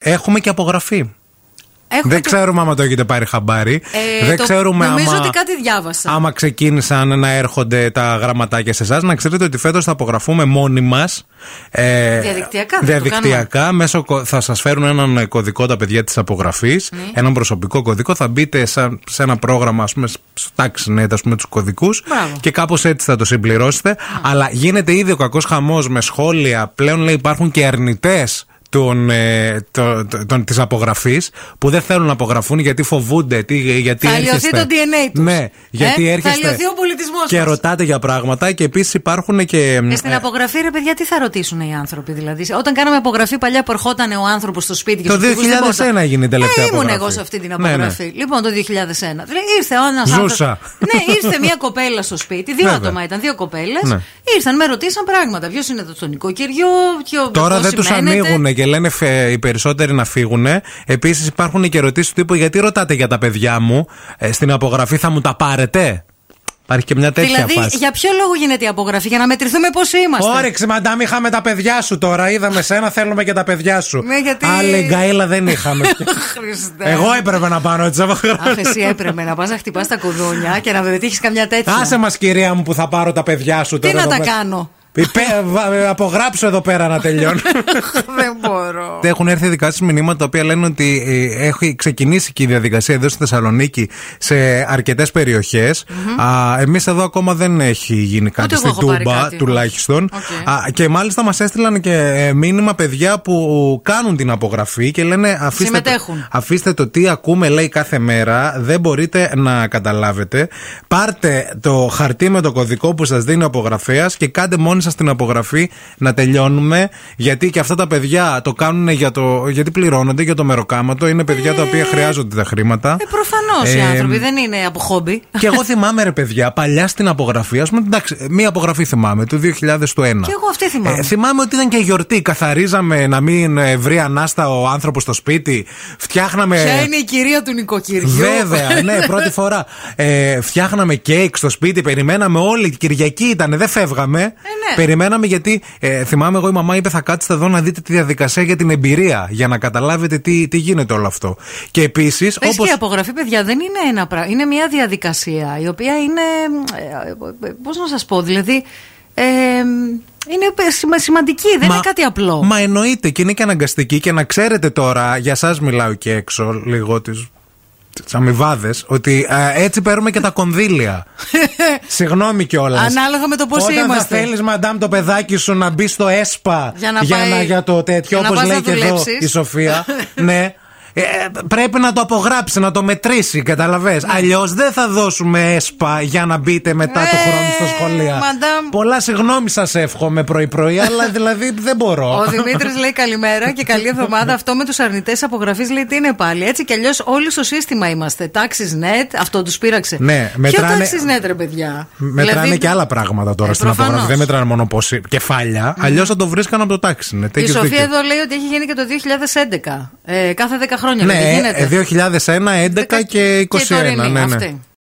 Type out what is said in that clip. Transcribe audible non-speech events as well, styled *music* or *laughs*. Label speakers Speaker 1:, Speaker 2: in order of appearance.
Speaker 1: Έχουμε και απογραφή.
Speaker 2: Έχω
Speaker 1: Δεν
Speaker 2: και-
Speaker 1: ξέρουμε άμα το έχετε πάρει χαμπάρι.
Speaker 2: Ε,
Speaker 1: Δεν
Speaker 2: το-
Speaker 1: ξέρουμε
Speaker 2: νομίζω
Speaker 1: άμα...
Speaker 2: ότι κάτι διάβασα.
Speaker 1: Άμα ξεκίνησαν να έρχονται τα γραμματάκια σε εσάς, να ξέρετε ότι φέτος θα απογραφούμε μόνοι μας. Ε,
Speaker 2: Διαδικτυακά θα το
Speaker 1: διαδικτυακά μέσω, κο- θα σας φέρουν έναν κωδικό τα παιδιά της απογραφής,
Speaker 2: Ναι.
Speaker 1: έναν προσωπικό κωδικό. Θα μπείτε σαν, σε ένα πρόγραμμα, ας πούμε, στο taxi net, ας πούμε, τους κωδικούς
Speaker 2: Μπράβο.
Speaker 1: και κάπως έτσι θα το συμπληρώσετε. Αλλά γίνεται ήδη ο κακός χαμός με σχόλια. Πλέον λέει υπάρχουν και αρνητές των, ε, το- το- των- της απογραφής που δεν θέλουν να απογραφούν γιατί φοβούνται τι, γιατί
Speaker 2: Θα
Speaker 1: έρχεστε.
Speaker 2: λιωθεί το DNA τους.
Speaker 1: Ναι, γιατί
Speaker 2: Ε,
Speaker 1: έρχεστε.
Speaker 2: θα λιωθεί ο πολιτισμός
Speaker 1: Και
Speaker 2: μας.
Speaker 1: ρωτάτε για πράγματα και επίσης υπάρχουν και.
Speaker 2: Και στην
Speaker 1: ε,
Speaker 2: απογραφή, ρε παιδιά, τι θα ρωτήσουν οι άνθρωποι. Δηλαδή, όταν κάναμε απογραφή παλιά που ερχόταν ο άνθρωπος στο σπίτι και
Speaker 1: Το
Speaker 2: σου χτυπούσε την πόρτα.
Speaker 1: 2001 έγινε η τελευταία
Speaker 2: Ε, ήμουν
Speaker 1: απογραφή.
Speaker 2: εγώ σε αυτή την
Speaker 1: Ναι, ναι.
Speaker 2: απογραφή. Λοιπόν, το 2001. Δηλαδή, ήρθε ένα
Speaker 1: Ζούσα.
Speaker 2: Ναι, ήρθε
Speaker 1: *laughs*
Speaker 2: μια κοπέλα στο σπίτι. Δύο
Speaker 1: Βέβαια.
Speaker 2: άτομα ήταν, δύο κοπέλες.
Speaker 1: Ναι.
Speaker 2: Ήρθαν, με ρωτήσαν πράγματα. Ποιος είναι το στο νοικοκυριό, ποιο.
Speaker 1: Τώρα
Speaker 2: πώς
Speaker 1: δεν τους
Speaker 2: σημαίνεται.
Speaker 1: ανοίγουν και λένε φε- οι περισσότεροι να φύγουν. Επίσης υπάρχουν και ερωτήσεις του τύπου γιατί ρωτάτε για τα παιδιά μου ε, στην απογραφή, θα μου τα πάρετε. Υπάρχει και μια τέτοια
Speaker 2: Δηλαδή,
Speaker 1: φάση.
Speaker 2: για ποιο λόγο γίνεται η απογραφή, για να μετρηθούμε πόσοι είμαστε.
Speaker 1: Όρεξη, μαντάμ, είχαμε τα παιδιά σου τώρα. Είδαμε σένα, θέλουμε και τα παιδιά σου.
Speaker 2: Ναι, γιατί- Ναι.
Speaker 1: Άλλη γκαίλα δεν
Speaker 2: *laughs*
Speaker 1: είχαμε.
Speaker 2: *laughs* Χριστέ.
Speaker 1: Εγώ έπρεπε να πάνω έτσι.
Speaker 2: Αχ, εσύ έπρεπε να πας να χτυπάς τα κουδούνια και να πετύχει καμιά τέτοια.
Speaker 1: Άσε μας, κυρία μου, που θα πάρω τα παιδιά σου
Speaker 2: Τι
Speaker 1: τώρα.
Speaker 2: να
Speaker 1: εδώ
Speaker 2: τα
Speaker 1: πέρα.
Speaker 2: κάνω.
Speaker 1: Υπέ- βα- Απογράψω εδώ πέρα να τελειώνω.
Speaker 2: Δεν μπορώ.
Speaker 1: *laughs* Έχουν έρθει δικά σα μηνύματα τα οποία λένε ότι ε, έχει ξεκινήσει και η διαδικασία εδώ στη Θεσσαλονίκη σε αρκετές περιοχές. Εμείς εδώ ακόμα δεν έχει γίνει κάτι.
Speaker 2: εγώ
Speaker 1: Στην
Speaker 2: έχω πάρει
Speaker 1: Τούμπα
Speaker 2: κάτι.
Speaker 1: τουλάχιστον.
Speaker 2: Οκ.
Speaker 1: Α, και μάλιστα μας έστειλαν και ε, μήνυμα παιδιά που κάνουν την απογραφή και λένε αφήστε το,
Speaker 2: Συμμετέχουν.
Speaker 1: αφήστε το τι ακούμε λέει κάθε μέρα. Δεν μπορείτε να καταλάβετε. Πάρτε το χαρτί με το κωδικό που σας δίνει ο απογραφέας και κάντε μόνοι σας την απογραφή να τελειώνουμε. Γιατί και αυτά τα παιδιά το κάνουν για το, γιατί πληρώνονται για το μεροκάματο. Είναι παιδιά τα οποία χρειάζονται τα χρήματα.
Speaker 2: Ε, προφανώς οι
Speaker 1: Ε,
Speaker 2: άνθρωποι δεν είναι από χόμπι.
Speaker 1: και εγώ θυμάμαι, ρε παιδιά, παλιά στην απογραφή. Ας πούμε, εντάξει, μία απογραφή θυμάμαι, του 2001. Και
Speaker 2: Κι εγώ αυτή θυμάμαι.
Speaker 1: Ε, θυμάμαι ότι ήταν και γιορτή. Καθαρίζαμε να μην ε, βρει ανάστα ο άνθρωπος στο σπίτι. Φτιάχναμε.
Speaker 2: Ποια είναι η κυρία του νοικοκυριού. *laughs*
Speaker 1: Βέβαια, ναι, πρώτη φορά. Ε, φτιάχναμε κέικ στο σπίτι, περιμέναμε όλοι. Κυριακή ήταν, δεν φεύγαμε.
Speaker 2: ναι.
Speaker 1: Περιμέναμε γιατί ε, θυμάμαι εγώ η μαμά είπε θα κάτσετε εδώ να δείτε τη διαδικασία για την εμπειρία. Για να καταλάβετε τι, τι γίνεται όλο αυτό. Και επίσης.
Speaker 2: Πες και η απογραφή, παιδιά, δεν είναι ένα πράγμα. Είναι μια διαδικασία η οποία είναι. ε, Πώς να σας πω, δηλαδή. ε, είναι σημα- σημαντική, δεν είναι κάτι απλό.
Speaker 1: Μα εννοείται και είναι και αναγκαστική και να ξέρετε τώρα, για σας μιλάω και έξω λίγο τις, τις αμοιβάδες, ότι ε, έτσι παίρνουμε και τα κονδύλια.
Speaker 2: *laughs*
Speaker 1: Συγγνώμη κιόλας.
Speaker 2: Ανάλογα με το πώς
Speaker 1: Όταν
Speaker 2: είμαστε.
Speaker 1: θα θέλεις μαντάμ το παιδάκι σου να μπει στο ΕΣΠΑ
Speaker 2: Για να πάει-
Speaker 1: για το τέτοιο,
Speaker 2: για να
Speaker 1: όπως
Speaker 2: πας
Speaker 1: λέει
Speaker 2: να
Speaker 1: και εδώ
Speaker 2: δουλέψεις.
Speaker 1: η
Speaker 2: *laughs*
Speaker 1: Σοφία. ναι. Ε, πρέπει να το απογράψει, να το μετρήσει, καταλαβες.
Speaker 2: Ναι.
Speaker 1: Αλλιώς δεν θα δώσουμε ΕΣΠΑ για να μπείτε μετά του
Speaker 2: Ε,
Speaker 1: χρόνου στα σχολεία.
Speaker 2: μαντάμ.
Speaker 1: Πολλά συγγνώμη σας εύχομαι πρωί-πρωί,
Speaker 2: *laughs*
Speaker 1: αλλά δηλαδή δεν μπορώ.
Speaker 2: Ο Δημήτρης λέει καλημέρα και καλή εβδομάδα. Αυτό με τους αρνητές απογραφής λέει τι είναι πάλι. Έτσι κι αλλιώς όλοι στο σύστημα είμαστε. Taxis net, αυτό τους πείραξε.
Speaker 1: Ναι, μετράνε-
Speaker 2: Ποιο taxis net, ρε παιδιά.
Speaker 1: Μετράνε
Speaker 2: Δηλαδή,
Speaker 1: και άλλα πράγματα τώρα
Speaker 2: Ε,
Speaker 1: στην
Speaker 2: προφανώς.
Speaker 1: απογραφή. Δεν μετράνε μόνο πόσοι κεφάλια. Αλλιώς θα το βρίσκαν από το τάξη. Ναι,
Speaker 2: Η Σοφία εδώ λέει ότι έχει γίνει και το 2011. Ε, κάθε 10 χρόνια.
Speaker 1: Ναι,
Speaker 2: δηλαδή,
Speaker 1: ε,
Speaker 2: γίνεται.
Speaker 1: ε, 2001, 11 και 21.
Speaker 2: τωρινή,
Speaker 1: ναι, ναι.
Speaker 2: αυτή.